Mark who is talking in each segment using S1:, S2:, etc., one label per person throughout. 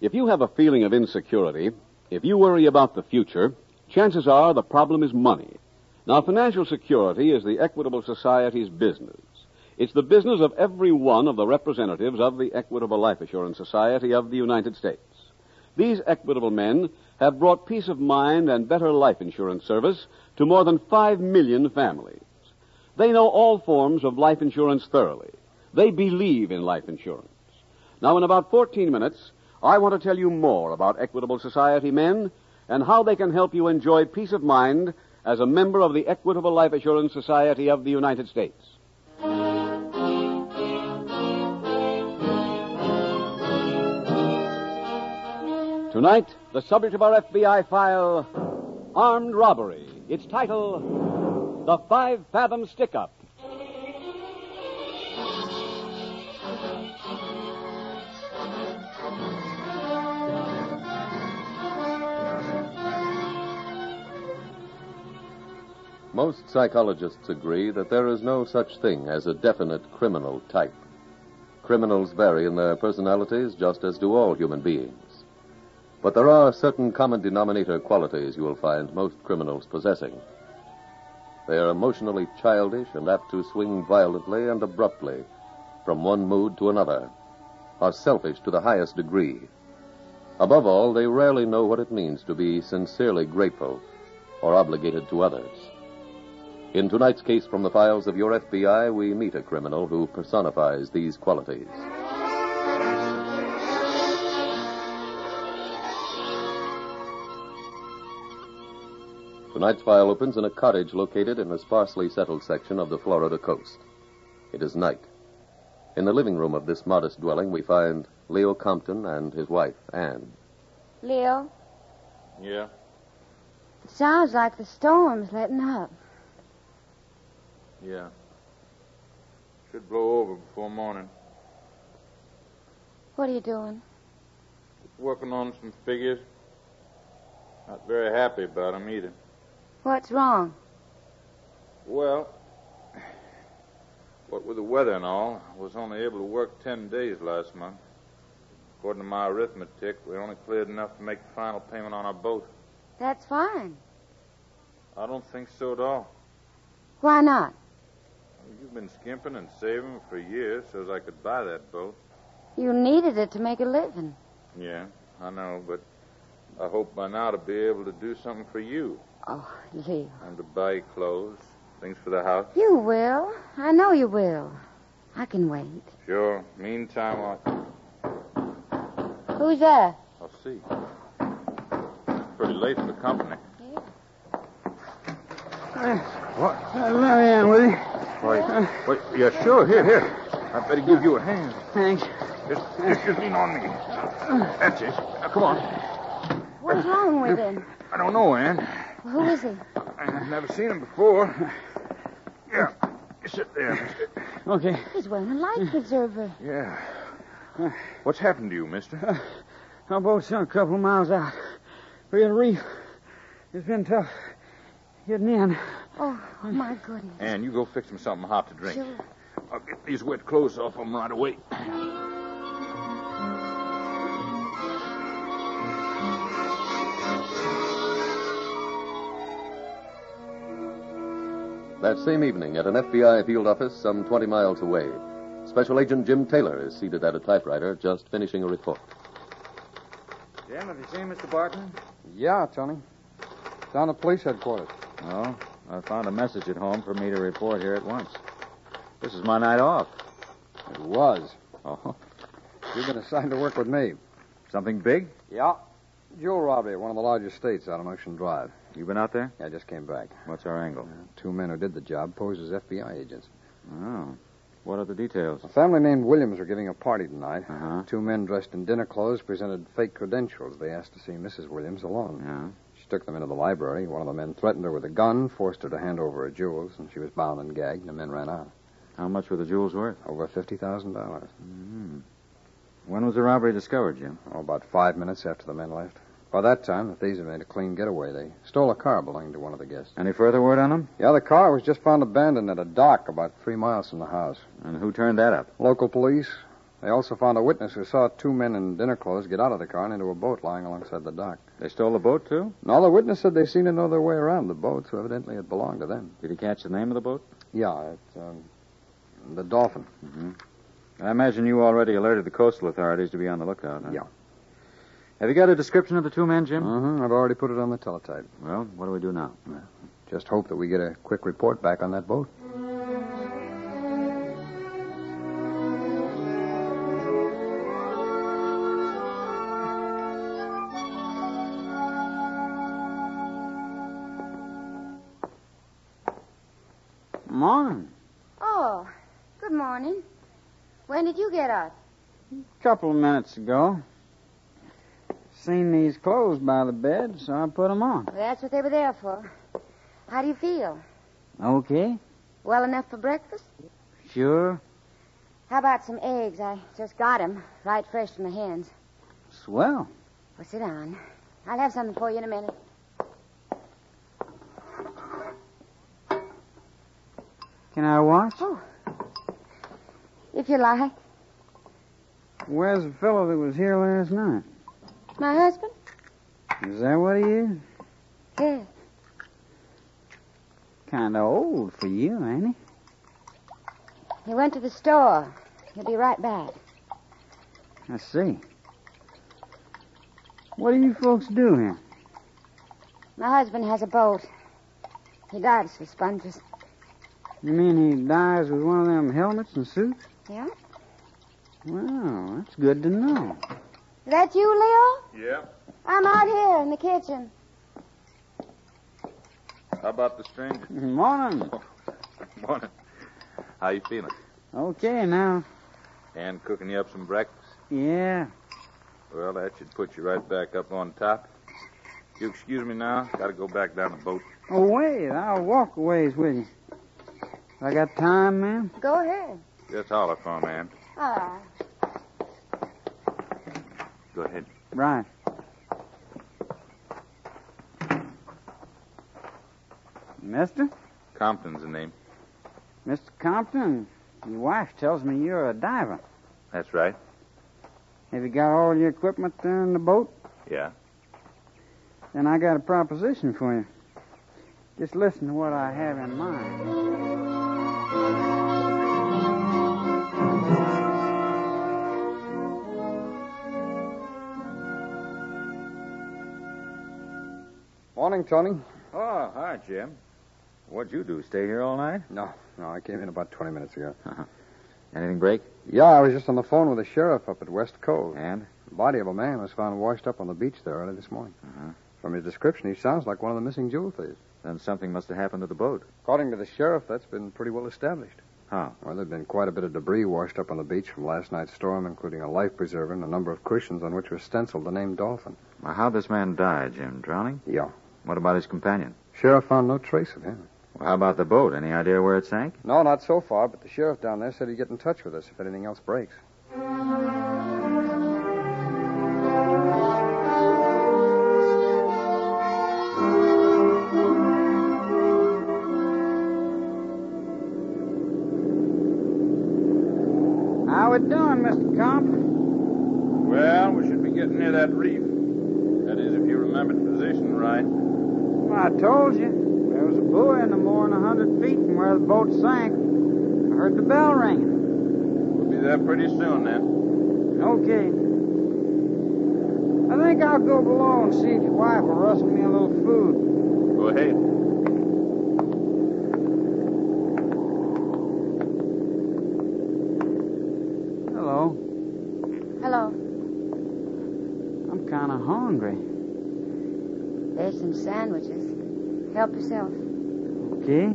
S1: If you have a feeling of insecurity, if you worry about the future, chances are the problem is money. Now, financial security is the Equitable Society's business. It's the business of every one of the representatives of the Equitable Life Assurance Society of the United States. These equitable men have brought peace of mind and better life insurance service to more than 5 million families. They know all forms of life insurance thoroughly. They believe in life insurance. Now, in about 14 minutes, I want to tell you more about Equitable Society men and how they can help you enjoy peace of mind as a member of the Equitable Life Assurance Society of the United States. Tonight, the subject of our FBI file Armed Robbery. Its title The Five Fathom Stick Up.
S2: Most psychologists agree that there is no such thing as a definite criminal type. Criminals vary in their personalities just as do all human beings. But there are certain common denominator qualities you will find most criminals possessing. They are emotionally childish and apt to swing violently and abruptly from one mood to another, are selfish to the highest degree. Above all, they rarely know what it means to be sincerely grateful or obligated to others. In tonight's case from the files of your FBI, we meet a criminal who personifies these qualities. Tonight's file opens in a cottage located in a sparsely settled section of the Florida coast. It is night. In the living room of this modest dwelling, we find Leo Compton and his wife, Anne.
S3: Leo,
S4: Yeah.
S3: it sounds like the storm's letting up.
S4: Yeah. Should blow over before morning.
S3: What are you doing?
S4: Working on some figures. Not very happy about 'em either.
S3: What's wrong?
S4: Well, what with the weather and all, I was only able to work ten days last month. According to my arithmetic, we only cleared enough to make the final payment on our boat.
S3: That's fine.
S4: I don't think so at all.
S3: Why not?
S4: You've been skimping and saving for years so's I could buy that boat.
S3: You needed it to make a living.
S4: Yeah, I know, but I hope by now to be able to do something for you.
S3: Oh, Leo.
S4: And to buy you clothes, things for the house.
S3: You will. I know you will. I can wait.
S4: Sure. Meantime, I'll,
S3: Who's there?
S4: I'll see. It's pretty late for company.
S5: What? let me in with you.
S4: Why, wait, yeah, sure. Here, here. I better give you a hand.
S5: Thanks.
S1: Uh,
S4: Just, just, just lean on me. That's it. Now, come on.
S3: What's wrong with him?
S4: I don't know, Ann.
S3: Who is he?
S4: I've never seen him before. Yeah. You sit there, mister.
S5: Okay.
S3: He's wearing a life preserver.
S4: Yeah. What's happened to you, mister?
S5: Our boat's sunk a couple of miles out. We had a reef. It's been tough getting in.
S3: Oh, my goodness.
S4: Ann, you go fix him something hot to drink.
S3: Sure.
S4: I'll get these wet clothes off him right away.
S2: That same evening, at an FBI field office some 20 miles away, Special Agent Jim Taylor is seated at a typewriter just finishing a report.
S4: Jim, have you seen Mr. Barton?
S6: Yeah, Tony. Down at police headquarters.
S4: No. I found a message at home for me to report here at once. This is my night off.
S6: It was.
S4: Oh,
S6: Uh-huh. You've been assigned to work with me.
S4: something big?
S6: Yeah. Jewel robbery at one of the largest states out on Ocean Drive.
S7: You been out there?
S6: I just came back.
S7: What's our angle?
S6: Two men who did the job posed as FBI agents.
S7: Oh. What are the details?
S6: A family named Williams were giving a party tonight.
S7: Uh-huh.
S6: Two men dressed in dinner clothes presented fake credentials. They asked to see Mrs. Williams alone.
S7: Yeah.
S6: She took them into the library. One of the men threatened her with a gun, forced her to hand over her jewels, and she was bound and gagged. The men ran out.
S7: How much were the jewels worth?
S6: Over fifty thousand dollars.
S7: Mm. When was the robbery discovered, Jim?
S6: Oh, about five minutes after the men left. By that time, the thieves had made a clean getaway. They stole a car belonging to one of the guests.
S7: Any further word on them?
S6: The other car was just found abandoned at a dock about three miles from the house.
S7: And who turned that up?
S6: Local police. They also found a witness who saw two men in dinner clothes get out of the car and into a boat lying alongside the dock.
S7: They stole the boat, too?
S6: No, the witness said they seemed to know their way around the boat, so evidently it belonged to them.
S7: Did he catch the name of the boat?
S6: Yeah, it's um, the Dolphin.
S7: I imagine you already alerted the coastal authorities to be on the lookout, huh?
S6: Yeah.
S7: Have you got a description of the two men, Jim?
S6: Mm-hmm. I've already put it on the teletype.
S7: Well, what do we do now?
S6: Just hope that we get a quick report back on that boat.
S5: Morning.
S3: Oh, good morning. When did you get up?
S5: Couple of minutes ago. Seen these clothes by the bed, so I put them on.
S3: Well, that's what they were there for. How do you feel?
S5: Okay.
S3: Well enough for breakfast?
S5: Sure.
S3: How about some eggs? I just got 'em, right fresh from the hens.
S5: Swell.
S3: Well, sit down. I'll have something for you in a minute.
S5: Can I watch?
S3: If you like.
S5: Where's the fellow that was here last night?
S3: My husband?
S5: Is that what he is?
S3: Yes.
S5: Kind of old for you, ain't he?
S3: He went to the store. He'll be right back.
S5: I see. What do you folks do here?
S3: My husband has a boat. He dives for sponges.
S5: You mean he dies with one of them helmets and suits?
S3: Yeah?
S5: Well, that's good to know.
S3: Is that you, Leo?
S4: Yeah.
S3: I'm out here in the kitchen.
S4: How about the stranger?
S5: Morning.
S4: Morning. How you feeling?
S5: Okay, now.
S4: And cooking you up some breakfast?
S5: Yeah.
S4: Well, that should put you right back up on top. You excuse me now. Gotta go back down the boat.
S5: Oh, wait. I'll walk a ways with you. I got time, ma'am?
S3: Go ahead.
S4: Just holler for a man.
S3: Ah.
S4: Go ahead.
S5: Right. Mister?
S4: Compton's the name.
S5: Mr. Compton, your wife tells me you're a diver.
S4: That's right.
S5: Have you got all your equipment there in the boat?
S4: Yeah.
S5: Then I got a proposition for you. Just listen to what I have in mind.
S6: Morning, Tony.
S4: Oh, hi, Jim.
S7: What'd you do? Stay here all night?
S6: No, no, I came in about 20 minutes ago.
S7: Anything break?
S6: Yeah, I was just on the phone with the sheriff up at West Cove.
S7: And?
S6: The body of a man was found washed up on the beach there early this morning.
S7: Uh-huh.
S6: From his description, he sounds like one of the missing jewel thieves.
S7: Then something must have happened to the boat.
S6: According to the sheriff, that's been pretty well established.
S7: How?
S6: Well, there'd been quite a bit of debris washed up on the beach from last night's storm, including a life preserver and a number of cushions on which was stenciled the name Dolphin.
S7: Well, how'd this man die, Jim? Drowning?
S6: Yeah.
S7: What about his companion?
S6: Sheriff found no trace of him.
S7: Well, how about the boat? Any idea where it sank?
S6: No, not so far, but the sheriff down there said he'd get in touch with us if anything else breaks.
S5: How it doing, Mr. Compton?
S4: Well, we should be getting near that reef. That is, if you remember the position right.
S5: Well, I told you. There was a buoy in the more than a hundred feet from where the boat sank. I heard the bell ringing.
S4: We'll be there pretty soon then.
S5: Okay. I think I'll go below and see if your wife will rustle me a little food.
S4: Go ahead.
S5: Hello.
S3: Hello.
S5: I'm kind of hungry.
S3: There's some sandwiches. Help yourself.
S5: Okay.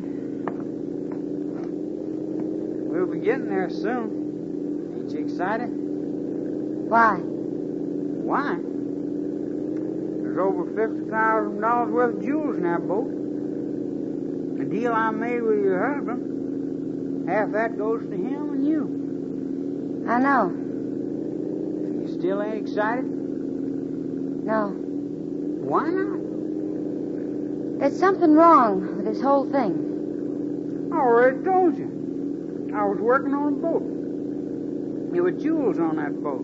S5: We'll be getting there soon. Ain't you excited?
S3: Why?
S5: Why? There's over fifty thousand dollars worth of jewels in that boat. The deal I made with your husband, half that goes to him and you.
S3: I know.
S5: You still ain't excited?
S3: No.
S5: Why not?
S3: There's something wrong with this whole thing.
S5: I already told you. I was working on a boat. There were jewels on that boat.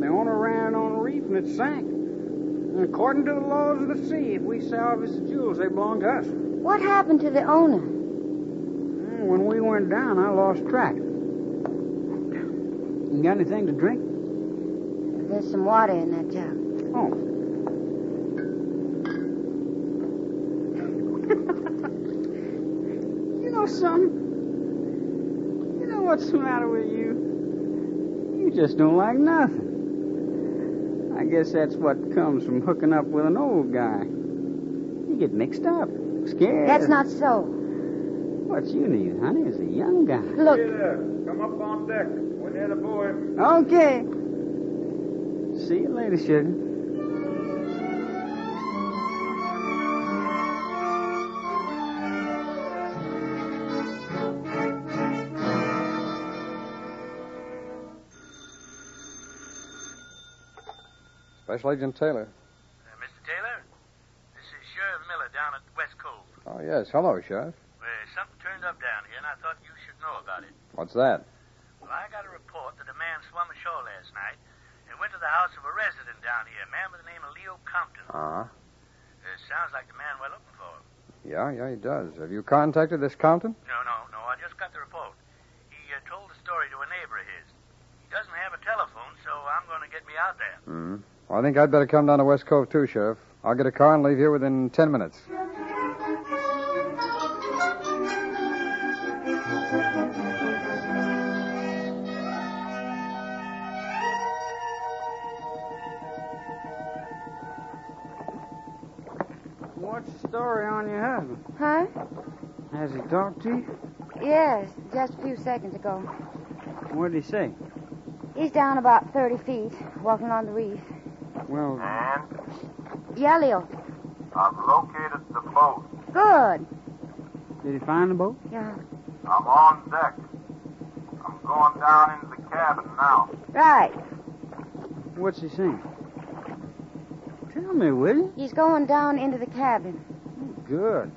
S5: The owner ran on a reef and it sank. And according to the laws of the sea, if we salvage the jewels, they belong to us.
S3: What happened to the owner?
S5: Mm, When we went down, I lost track. You got anything to drink?
S3: There's some water in that jug.
S5: Oh. you know something? You know what's the matter with you? You just don't like nothing. I guess that's what comes from hooking up with an old guy. You get mixed up, scared.
S3: That's not so.
S5: what you need, honey, is a young guy.
S3: Look,
S4: there. Come up on deck. We're near the buoy.
S5: Okay. See you later, sugar.
S6: Special Agent Taylor.
S8: Uh, Mr. Taylor, this is Sheriff Miller down at West Cove.
S6: Oh, yes. Hello, Sheriff.
S8: Well, something turned up down here, and I thought you should know about it.
S6: What's that?
S8: Well, I got a report that a man swum ashore last night and went to the house of a resident down here, a man by the name of Leo Compton.
S6: Uh-huh.
S8: Uh, sounds like the man we're looking for.
S6: Yeah, yeah, he does. Have you contacted this Compton?
S8: No, no, no, I just got the report. He uh, told the story to a neighbor of his. He doesn't have a telephone, so I'm going to get me out there.
S6: Mm-hmm. Well, I think I'd better come down to West Cove, too, Sheriff. I'll get a car and leave here within ten minutes.
S5: What's the story on your husband?
S3: huh?
S5: Has he talked to you?
S3: Yes, just a few seconds ago.
S5: What did he say?
S3: He's down about 30 feet, walking on the reef.
S5: Well,
S8: And
S3: Yeah, Leo.
S8: I've located the boat.
S3: Good.
S5: did he find the boat?
S3: Yeah.
S8: I'm on deck. I'm going down into the cabin now.
S3: Right.
S5: What's he saying? Tell me, will you?
S3: He's going down into the cabin.
S5: Good.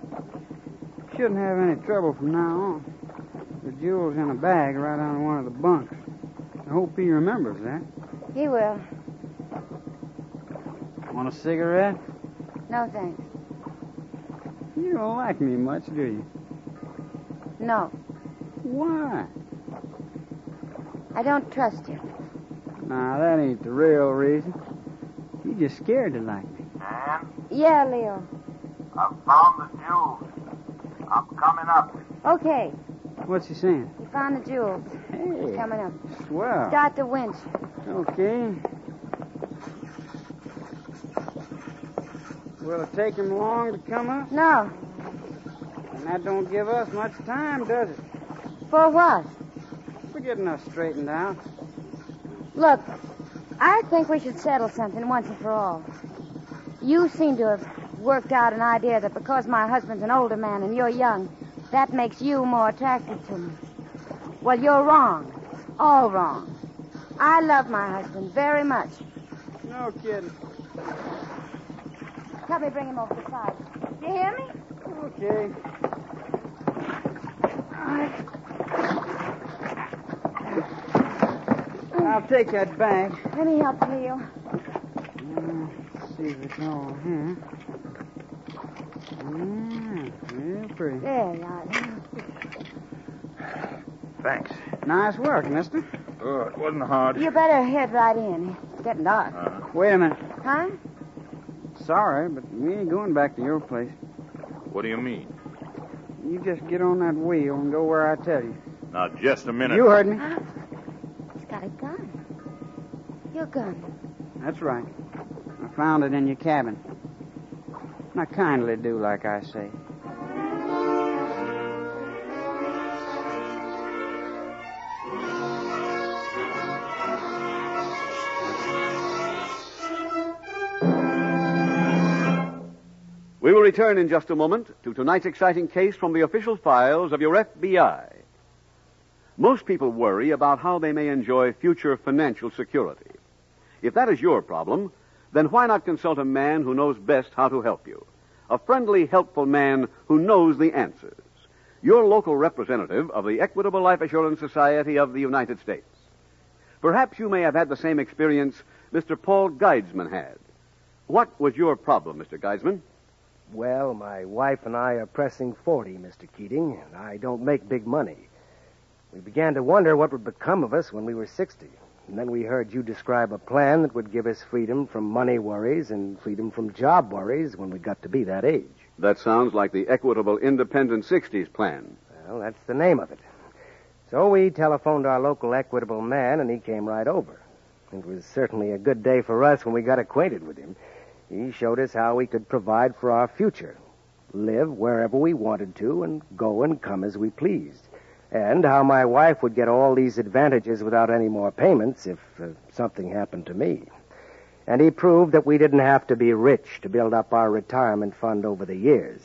S5: Shouldn't have any trouble from now on. The jewel's in a bag right on one of the bunks. I hope he remembers that.
S3: He will.
S5: Want a cigarette?
S3: No, thanks.
S5: You don't like me much, do you?
S3: No.
S5: Why?
S3: I don't trust you.
S5: Nah, that ain't the real reason. You just scared to like me.
S8: And
S3: Yeah, Leo.
S8: I've found the jewels. I'm coming up.
S3: Okay.
S5: What's he saying?
S3: You found the jewels. He's
S5: Hey,
S3: coming up.
S5: swell.
S3: Start the winch.
S5: Okay. Will it take him long to come up?
S3: No.
S5: And that don't give us much time, does it?
S3: For what?
S5: We're getting us straightened out.
S3: Look, I think we should settle something once and for all. You seem to have worked out an idea that because my husband's an older man and you're young, that makes you more attractive to me. Well, you're wrong. All wrong. I love my husband very much.
S5: No kidding.
S3: Help me bring him over the side. Do you hear me?
S5: Okay. I'll take that bag.
S3: Let me help you, Leo.
S5: Let's see if it's all here. Yeah, yeah, pretty.
S3: There you are. Leo.
S4: Thanks.
S5: Nice work, mister.
S4: Oh, it wasn't hard.
S3: You better head right in. It's getting dark.
S5: Wait a minute.
S3: Huh?
S5: Sorry, but we ain't going back to your place.
S4: What do you mean?
S5: You just get on that wheel and go where I tell you.
S4: Now, just a minute.
S5: You heard me.
S3: He's got a gun. Your gun.
S5: That's right. I found it in your cabin. Now, kindly do like I say.
S1: We will return in just a moment to tonight's exciting case from the official files of your FBI. Most people worry about how they may enjoy future financial security. If that is your problem, then why not consult a man who knows best how to help you? A friendly, helpful man who knows the answers. Your local representative of the Equitable Life Assurance Society of the United States. Perhaps you may have had the same experience Mr. Paul Guidesman had. What was your problem, Mr. Guidesman?
S9: Well, my wife and I are pressing 40, Mr. Keating, and I don't make big money. We began to wonder what would become of us when we were 60. And then we heard you describe a plan that would give us freedom from money worries and freedom from job worries when we got to be that age.
S1: That sounds like the Equitable Independent 60s plan.
S9: Well, that's the name of it. So we telephoned our local Equitable man, and he came right over. It was certainly a good day for us when we got acquainted with him. He showed us how we could provide for our future, live wherever we wanted to, and go and come as we pleased. And how my wife would get all these advantages without any more payments if uh, something happened to me. And he proved that we didn't have to be rich to build up our retirement fund over the years.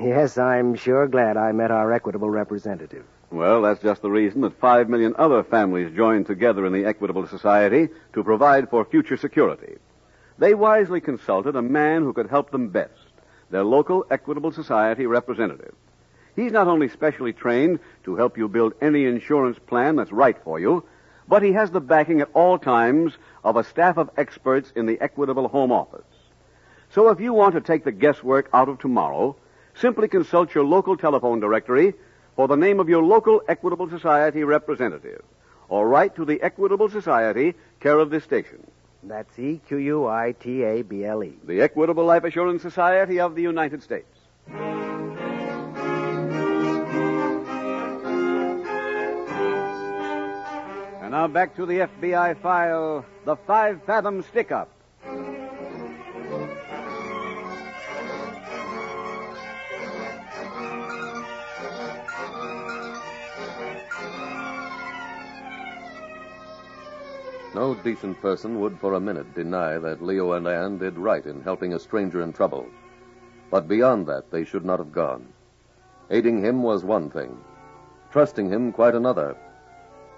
S9: Yes, I'm sure glad I met our equitable representative.
S1: Well, that's just the reason that five million other families joined together in the Equitable Society to provide for future security. They wisely consulted a man who could help them best, their local Equitable Society representative. He's not only specially trained to help you build any insurance plan that's right for you, but he has the backing at all times of a staff of experts in the Equitable Home Office. So if you want to take the guesswork out of tomorrow, simply consult your local telephone directory for the name of your local Equitable Society representative, or write to the Equitable Society, care of this station.
S9: That's E Q U I T A B L E.
S1: The Equitable Life Assurance Society of the United States. And now back to the FBI file The Five Fathom Stick Up.
S2: No decent person would for a minute deny that Leo and Ann did right in helping a stranger in trouble. But beyond that, they should not have gone. Aiding him was one thing, trusting him quite another.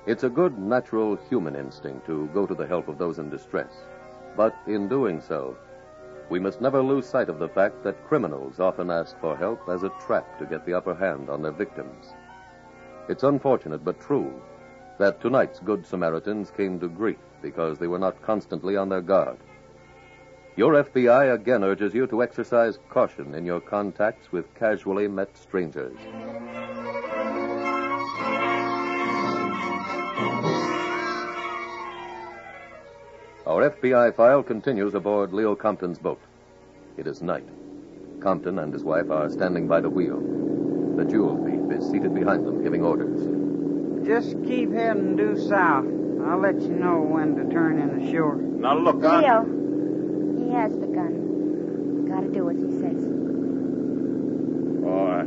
S2: It's a good natural human instinct to go to the help of those in distress. But in doing so, we must never lose sight of the fact that criminals often ask for help as a trap to get the upper hand on their victims. It's unfortunate but true that tonight's Good Samaritans came to grief because they were not constantly on their guard. Your FBI again urges you to exercise caution in your contacts with casually met strangers. Our FBI file continues aboard Leo Compton's boat. It is night. Compton and his wife are standing by the wheel. The jewel thief is seated behind them, giving orders.
S5: Just keep heading due south. I'll let you know when to turn in ashore.
S4: Now look, I...
S3: Leo. He has begun. Gotta do as he says.
S4: Boy.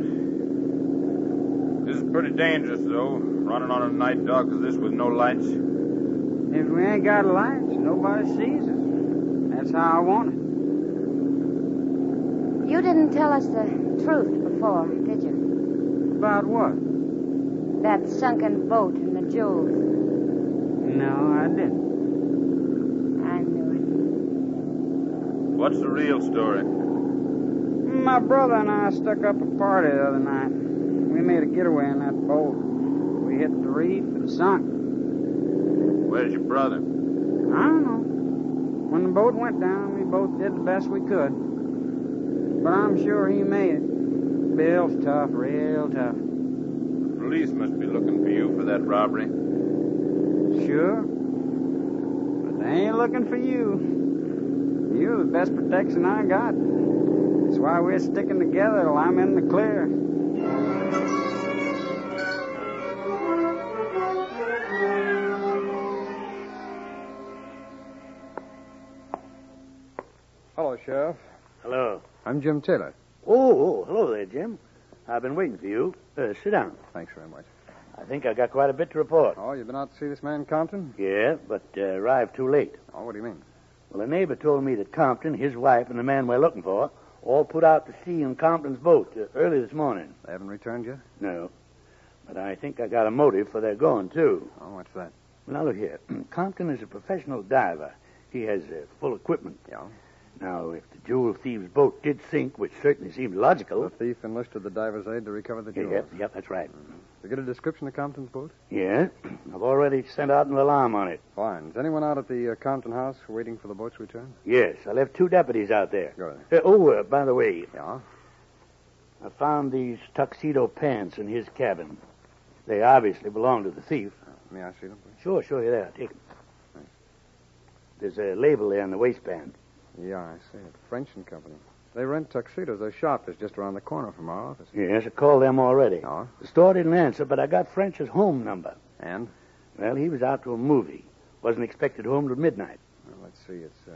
S4: This is pretty dangerous, though. Running on a night dark as this with no lights.
S5: If we ain't got lights, nobody sees us. That's how I want it.
S3: You didn't tell us the truth before, did you?
S5: About what?
S3: That sunken boat and the jewels.
S5: No, I didn't.
S3: I knew
S4: What's the real story?
S5: My brother and I stuck up a party the other night. We made a getaway in that boat. We hit the reef and sunk.
S4: Where's your brother?
S5: I don't know. When the boat went down, we both did the best we could. But I'm sure he made it. Bill's tough, real tough.
S4: The police must be looking for you for that robbery.
S5: Sure. But they ain't looking for you. You're the best protection I got. That's why we're sticking together till I'm in the clear.
S6: Hello, Sheriff.
S9: Hello.
S6: I'm Jim Taylor.
S10: Oh, oh, hello there, Jim. I've been waiting for you. Uh, sit down.
S6: Thanks very much.
S10: I think I got quite a bit to report.
S6: Oh, you've been out to see this man, Compton?
S10: Yeah, but uh, arrived too late.
S6: Oh, what do you mean?
S10: Well, a neighbor told me that Compton, his wife, and the man we're looking for all put out to sea in Compton's boat uh, early this morning.
S6: They haven't returned yet?
S10: No. But I think I got a motive for their going, too.
S6: Oh, what's that?
S10: Now, look here. Compton is a professional diver. He has uh, full equipment.
S6: Yeah.
S10: Now, if the jewel thieves' boat did sink, which certainly seems logical.
S6: The thief enlisted the diver's aid to recover the jewels.
S10: Yep, yep, that's right.
S6: You get a description of Compton's boat?
S10: Yeah. I've already sent out an alarm on it.
S6: Fine. Is anyone out at the uh, Compton house waiting for the boat's return?
S10: Yes, I left two deputies out there.
S6: Go
S10: Uh,
S6: ahead.
S10: oh, uh, by the way,
S6: Yeah.
S10: I found these tuxedo pants in his cabin. They obviously belong to the thief.
S6: May I see them, please?
S10: Sure, sure, you're there. Take 'em. There's a label there on the waistband.
S6: Yeah, I see it. French and Company. They rent tuxedos. Their shop is just around the corner from our office.
S10: Yes, Uh-huh. I called them already.
S6: Yeah.
S10: The store didn't answer, but I got French's home number.
S6: And?
S10: Well, he was out to a movie. Wasn't expected home till midnight.
S6: Well, let's see. It's uh,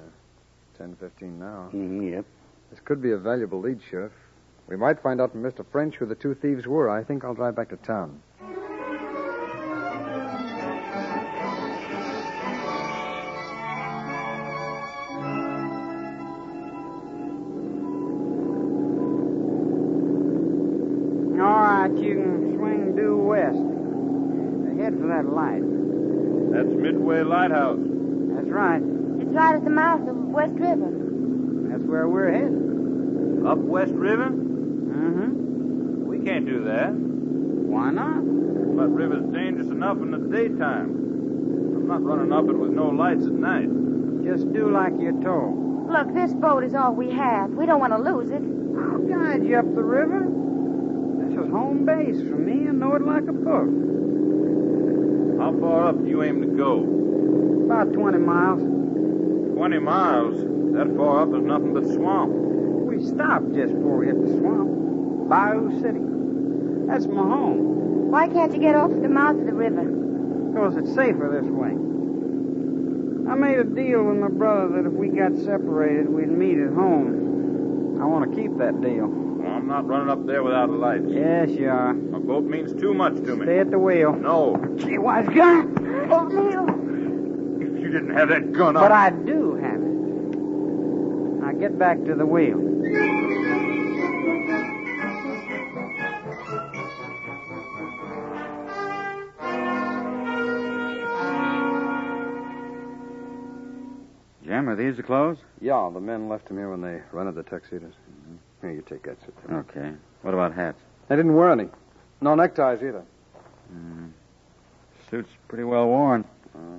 S6: ten fifteen now.
S10: Mm, yep.
S6: This could be a valuable lead, Sheriff. We might find out from Mr. French who the two thieves were. I think I'll drive back to town.
S5: All right, you can swing due west. Head for that light.
S4: That's Midway Lighthouse.
S5: That's right.
S3: It's right at the mouth of West River.
S5: That's where we're headed.
S4: Up West River?
S5: Mm-hmm.
S4: We can't do that.
S5: Why not?
S4: That river's dangerous enough in the daytime. I'm not running up it with no lights at night.
S5: Just do like you're told.
S3: Look, this boat is all we have. We don't want to lose it.
S5: I'll guide you up the river. This is home base for me. I know it like a book.
S4: How far up do you aim to go?
S5: About 20 miles.
S4: Twenty miles. That far up is nothing but swamp.
S5: We stopped just before we hit the swamp. Bayou City. That's my home.
S3: Why can't you get off at the mouth of the river?
S5: Because it's safer this way. I made a deal with my brother that if we got separated, we'd meet at home. I want to keep that deal.
S4: Well, I'm not running up there without a light.
S5: Yes, you are.
S4: My boat means too much to me.
S5: Stay at the wheel.
S4: No.
S5: Gee, wise guy.
S3: Oh, Leo.
S4: If you didn't have that gun
S5: But I do have it. Now get back to the wheel.
S7: Jim, are these the clothes?
S6: Yeah, the men left him here when they rented the tuxedos. Here, you take that, sit down.
S7: Okay. What about hats?
S6: They didn't wear any. No neckties either.
S7: Hmm. Suit's pretty well worn.
S6: Uh-huh.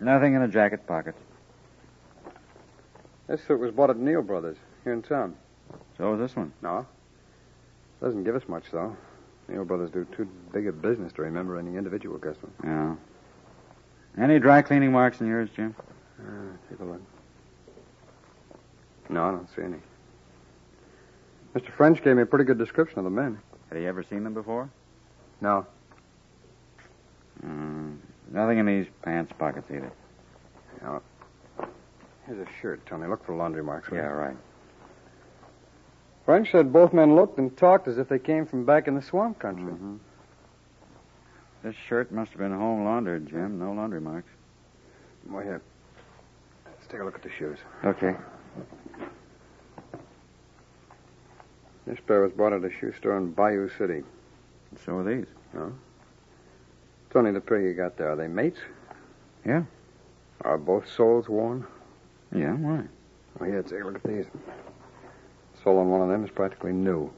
S7: Nothing in the jacket pocket.
S6: This suit was bought at Neal Brothers here in town.
S7: So is this one.
S6: No. Doesn't give us much, though. Neal Brothers do too big a business to remember any individual customer.
S7: Yeah. Any dry cleaning marks in yours, Jim?
S6: Uh, take a look. No, I don't see any. Mr. French gave me a pretty good description of the men.
S7: Had he ever seen them before?
S6: No.
S7: Mm, nothing in these pants pockets either.
S6: Here's a shirt, Tony. Look for laundry marks. will you?
S7: Yeah, right.
S6: French said both men looked and talked as if they came from back in the swamp country.
S7: This shirt must have been home laundered, Jim. No laundry marks.
S6: Well, here. Let's take a look at the shoes.
S7: Okay.
S6: This pair was bought at a shoe store in Bayou City.
S7: So are these.
S6: Tony, the pair you got there, are they mates?
S7: Yeah.
S6: Are both soles worn?
S7: Yeah, why?
S6: Well, here, take a look at these. Sole on one of them is practically new.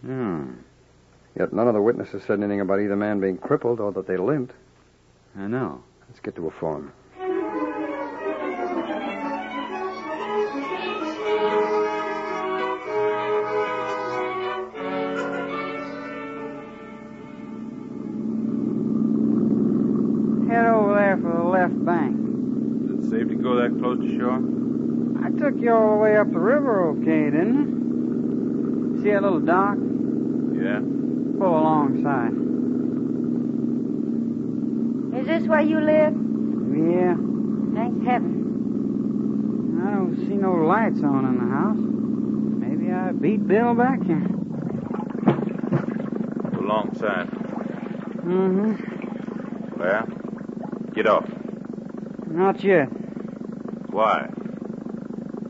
S7: Hmm.
S6: Yet none of the witnesses said anything about either man being crippled or that they limped.
S7: I know.
S6: Let's get to a phone.
S5: Head over there for the left bank.
S4: Is it safe to go that close to shore?
S5: I took you all the way up the river okay, didn't I? See that little dock?
S4: Yeah.
S5: Pull alongside.
S3: Is this where you live?
S5: Yeah.
S3: Thank heaven.
S5: I I don't see no lights on in the house. Maybe I beat Bill back here.
S4: Alongside.
S5: Mm-hmm.
S4: Claire, get off.
S5: Not yet.
S4: Why?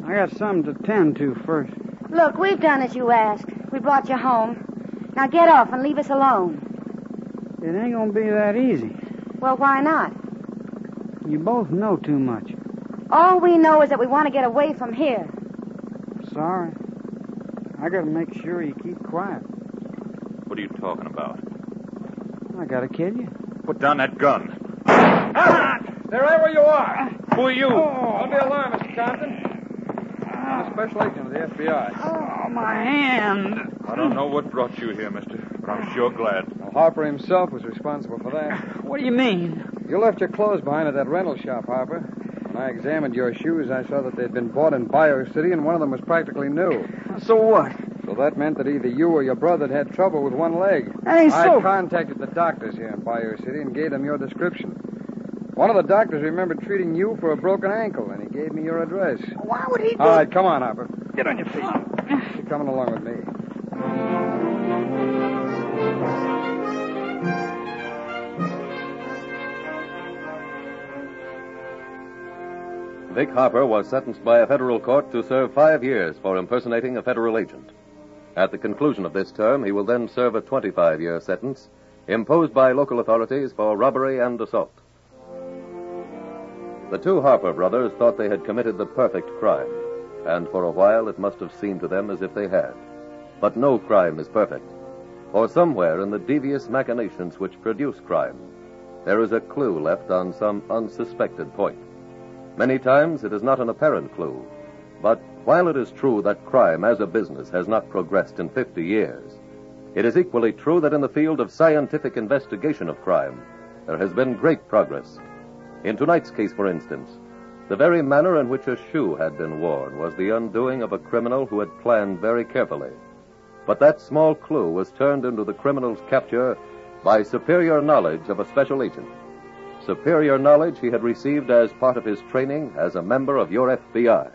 S5: I got something to tend to first.
S3: Look, we've done as you asked. We brought you home. Now get off and leave us alone.
S5: It ain't gonna be that easy.
S3: Well, why not?
S5: You both know too much.
S3: All we know is that we want to get away from here.
S5: Sorry. I gotta make sure you keep quiet.
S4: What are you talking about?
S5: I gotta kill you.
S4: Put down that gun.
S11: There, right where you are. Who are you? Oh. Don't be alarmed, Mr. Compton. I'm a special agent of the FBI.
S5: Oh, my hand.
S4: I
S7: Hmm.
S4: don't know what brought you here, mister, but I'm sure glad.
S11: Now, Harper himself was responsible for that.
S5: What do you mean?
S11: You left your clothes behind at that rental shop, Harper. When I examined your shoes, I saw that they'd been bought in Bio City, and one of them was practically new.
S5: So what?
S11: So that meant that either you or your brother had had trouble with one leg.
S5: That ain't
S11: I
S5: so-
S11: contacted the doctors here in Bayou City and gave them your description. One of the doctors remembered treating you for a broken ankle, and he gave me your address.
S5: Why would he do
S11: All right, come on, Harper.
S5: Get on your feet.
S11: You're coming along with me.
S2: Vic Harper was sentenced by a federal court to serve five years for impersonating a federal agent. At the conclusion of this term, he will then serve a 25 year sentence imposed by local authorities for robbery and assault. The two Harper brothers thought they had committed the perfect crime, and for a while it must have seemed to them as if they had. But no crime is perfect, for somewhere in the devious machinations which produce crime, there is a clue left on some unsuspected point. Many times it is not an apparent clue. But while it is true that crime as a business has not progressed in 50 years, it is equally true that in the field of scientific investigation of crime, there has been great progress. In tonight's case, for instance, the very manner in which a shoe had been worn was the undoing of a criminal who had planned very carefully. But that small clue was turned into the criminal's capture by superior knowledge of a special agent superior knowledge he had received as part of his training as a member of your FBI.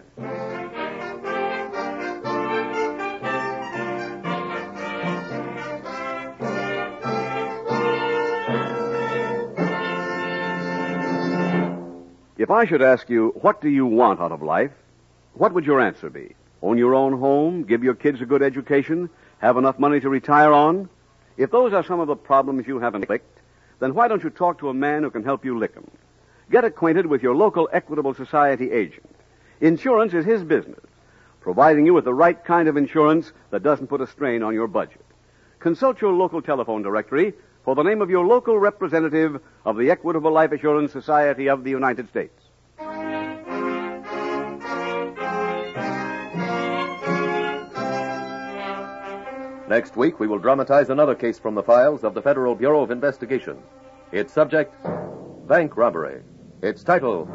S1: If I should ask you, what do you want out of life? What would your answer be? Own your own home? Give your kids a good education? Have enough money to retire on? If those are some of the problems you haven't licked, then why don't you talk to a man who can help you lick 'em? Get acquainted with your local Equitable Society agent. Insurance is his business, providing you with the right kind of insurance that doesn't put a strain on your budget. Consult your local telephone directory for the name of your local representative of the Equitable Life Assurance Society of the United States.
S2: Next week, we will dramatize another case from the files of the Federal Bureau of Investigation. Its subject, bank robbery. Its title,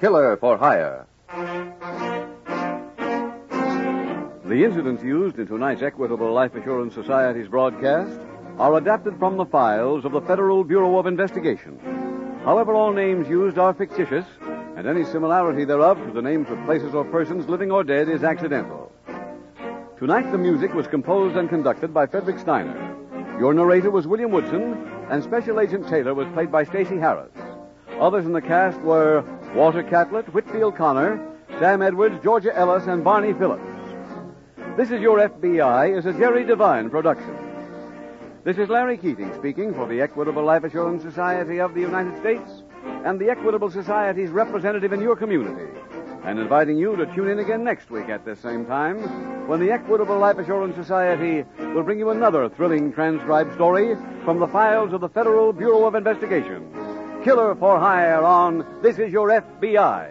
S2: Killer for Hire.
S1: The incidents used in tonight's Equitable Life Assurance Society's broadcast are adapted from the files of the Federal Bureau of Investigation. However, all names used are fictitious, and any similarity thereof to the names of places or persons living or dead is accidental. Tonight, the music was composed and conducted by Frederick Steiner. Your narrator was William Woodson, and Special Agent Taylor was played by Stacey Harris. Others in the cast were Walter Catlett, Whitfield Connor, Sam Edwards, Georgia Ellis, and Barney Phillips. This is Your FBI is a Jerry Devine production. This is Larry Keating speaking for the Equitable Life Assurance Society of the United States and the Equitable Society's representative in your community, and inviting you to tune in again next week at this same time when the Equitable Life Assurance Society will bring you another thrilling transcribed story from the files of the Federal Bureau of Investigation. Killer for Hire on This Is Your FBI.